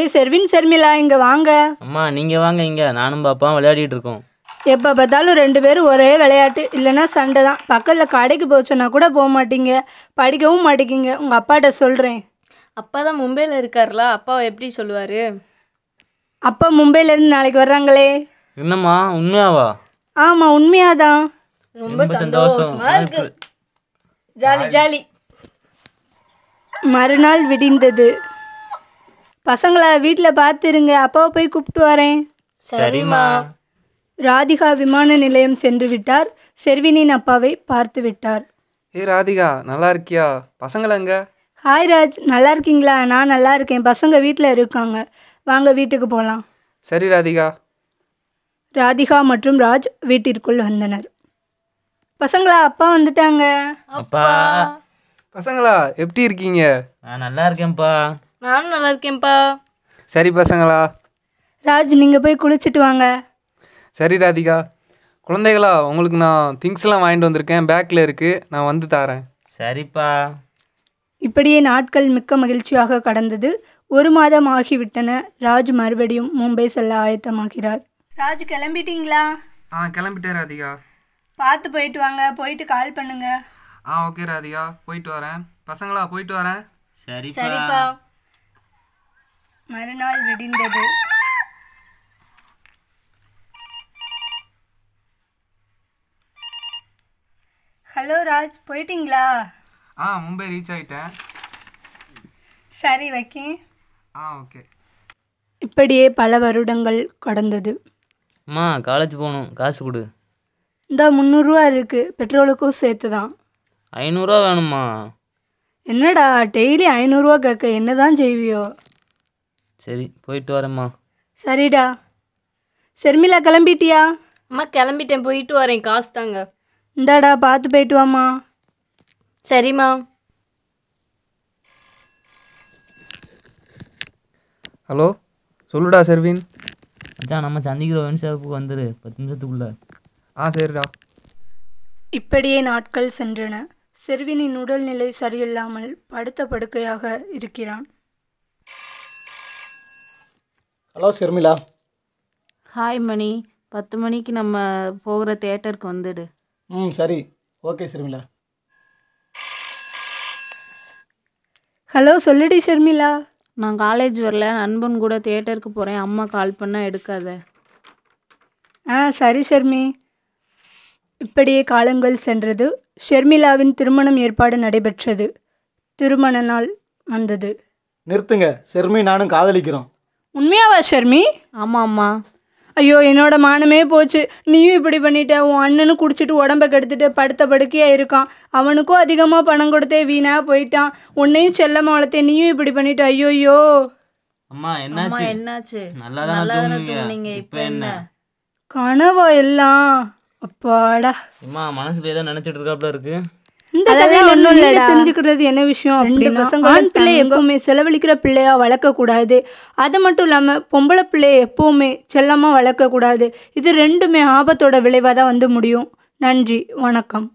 ஏய் செர்வின் செர்மிளா இங்கே வாங்க அம்மா நீங்கள் வாங்க இங்கே நானும் பாப்பா விளையாடிட்டு இருக்கோம் எப்போ பார்த்தாலும் ரெண்டு பேரும் ஒரே விளையாட்டு இல்லைன்னா சண்டை தான் பக்கத்தில் கடைக்கு போச்சுன்னா கூட போக மாட்டீங்க படிக்கவும் மாட்டேங்கிங்க உங்கள் அப்பாட்ட சொல்கிறேன் அப்பா தான் மும்பையில் இருக்கார்ல அப்பாவை எப்படி சொல்லுவார் அப்பா மும்பையிலேருந்து நாளைக்கு வர்றாங்களே என்னம்மா உண்மையாவா ஆமாம் உண்மையாக தான் ரொம்ப சந்தோஷமா இருக்கு ஜாலி ஜாலி மறுநாள் விடிந்தது பசங்களை வீட்டில் பார்த்துருங்க அப்பாவை போய் கூப்பிட்டு வரேன் சரிம்மா ராதிகா விமான நிலையம் சென்று விட்டார் செர்வினின் அப்பாவை பார்த்து விட்டார் ஏய் ராதிகா நல்லா இருக்கியா பசங்கள எங்க ஹாய் ராஜ் நல்லா இருக்கீங்களா நான் நல்லா இருக்கேன் பசங்க வீட்டில் இருக்காங்க வாங்க வீட்டுக்கு போகலாம் சரி ராதிகா ராதிகா மற்றும் ராஜ் வீட்டிற்குள் வந்தனர் பசங்களா அப்பா வந்துட்டாங்க அப்பா பசங்களா எப்படி இருக்கீங்க நான் நல்லா இருக்கேன்ப்பா நானும் நல்லா இருக்கேன்ப்பா சரி பசங்களா ராஜ் நீங்கள் போய் குளிச்சுட்டு வாங்க சரி ராதிகா குழந்தைகளா உங்களுக்கு நான் திங்ஸ்லாம் வாங்கிட்டு வந்திருக்கேன் பேக்கில் இருக்குது நான் வந்து தாரேன் சரிப்பா இப்படியே நாட்கள் மிக்க மகிழ்ச்சியாக கடந்தது ஒரு மாதம் ஆகிவிட்டன ராஜ் மறுபடியும் மும்பை செல்ல ஆயத்தமாகிறார் ராஜ் கிளம்பிட்டீங்களா ஆ கிளம்பிட்டேன் ராதிகா பார்த்து போயிட்டு வாங்க போயிட்டு கால் பண்ணுங்க ஆ ஓகே ராதிகா போயிட்டு வரேன் பசங்களா போயிட்டு வரேன் சரிப்பா சரிப்பா மறுநாள் விடிந்தது ஹலோ ராஜ் போயிட்டீங்களா ஆ மும்பை ரீச் ஆகிட்டேன் சரி வைக்கேன் ஆ ஓகே இப்படியே பல வருடங்கள் கடந்தது அம்மா காலேஜ் போகணும் காசு கொடு இந்த முந்நூறுரூவா இருக்குது பெட்ரோலுக்கும் சேர்த்து தான் ஐநூறுரூவா வேணும்மா என்னடா டெய்லி ஐநூறுரூவா கேட்க என்ன தான் செய்வியோ சரி போயிட்டு வரேம்மா சரிடா செர்மிளா கிளம்பிட்டியா அம்மா கிளம்பிட்டேன் போயிட்டு வரேன் காசு தாங்க இந்தாடா பார்த்து போயிட்டு வாம்மா சரிம்மா ஹலோ சொல்லுடா செர்வின் அதான் நம்ம சந்திக்கிற வேன் ஷாப்புக்கு வந்துரு பத்து நிமிஷத்துக்குள்ள ஆ சரிடா இப்படியே நாட்கள் சென்றன செர்வினின் உடல்நிலை சரியில்லாமல் படுத்த படுக்கையாக இருக்கிறான் ஹலோ ஷர்மிளா ஹாய் மணி பத்து மணிக்கு நம்ம போகிற தேட்டருக்கு வந்துடு ம் சரி ஓகே ஷர்மிளா ஹலோ சொல்லுடி ஷர்மிளா நான் காலேஜ் வரல நண்பன் கூட தேட்டருக்கு போகிறேன் அம்மா கால் பண்ணால் எடுக்காத ஆ சரி ஷர்மி இப்படியே காலங்கள் சென்றது ஷர்மிளாவின் திருமணம் ஏற்பாடு நடைபெற்றது திருமண நாள் வந்தது நிறுத்துங்க ஷர்மி நானும் காதலிக்கிறோம் உண்மையாவா ஷர்மி ஆமாம் அம்மா ஐயோ என்னோட மானமே போச்சு நீயும் இப்படி பண்ணிட்ட உன் அண்ணனும் குடிச்சிட்டு உடம்ப கெடுத்துட்டு படுத்த படுக்கையாக இருக்கான் அவனுக்கும் அதிகமாக பணம் கொடுத்தே வீணாக போயிட்டான் உன்னையும் செல்லமா வளர்த்தே நீயும் இப்படி பண்ணிட்ட ஐயோ ஐயோ அம்மா அம்மா என்னாச்சு என்னாச்சு நல்லா நல்லா தானே தானே தூங்குனீங்க, தூங்குனீங்க இப்ப இப்போ என்ன என்ன? கனவா எல்லாம் அப்பாடா அம்மா மனசுல ஏதோ நினைச்சிட்டு இருக்காப்ல இருக்கு இந்த கதையில ஒண்ணும் இல்லடா தெரிஞ்சுக்கிறது என்ன விஷயம் ரெண்டு பசங்க ஆண் பிள்ளை எப்பவுமே செலவழிக்கிற பிள்ளையா வளர்க்க கூடாது அது மட்டும் இல்லாம பொம்பளை பிள்ளைய எப்பவுமே செல்லமா வளர்க்க கூடாது இது ரெண்டுமே ஆபத்தோட விளைவாக தான் வந்து முடியும் நன்றி வணக்கம்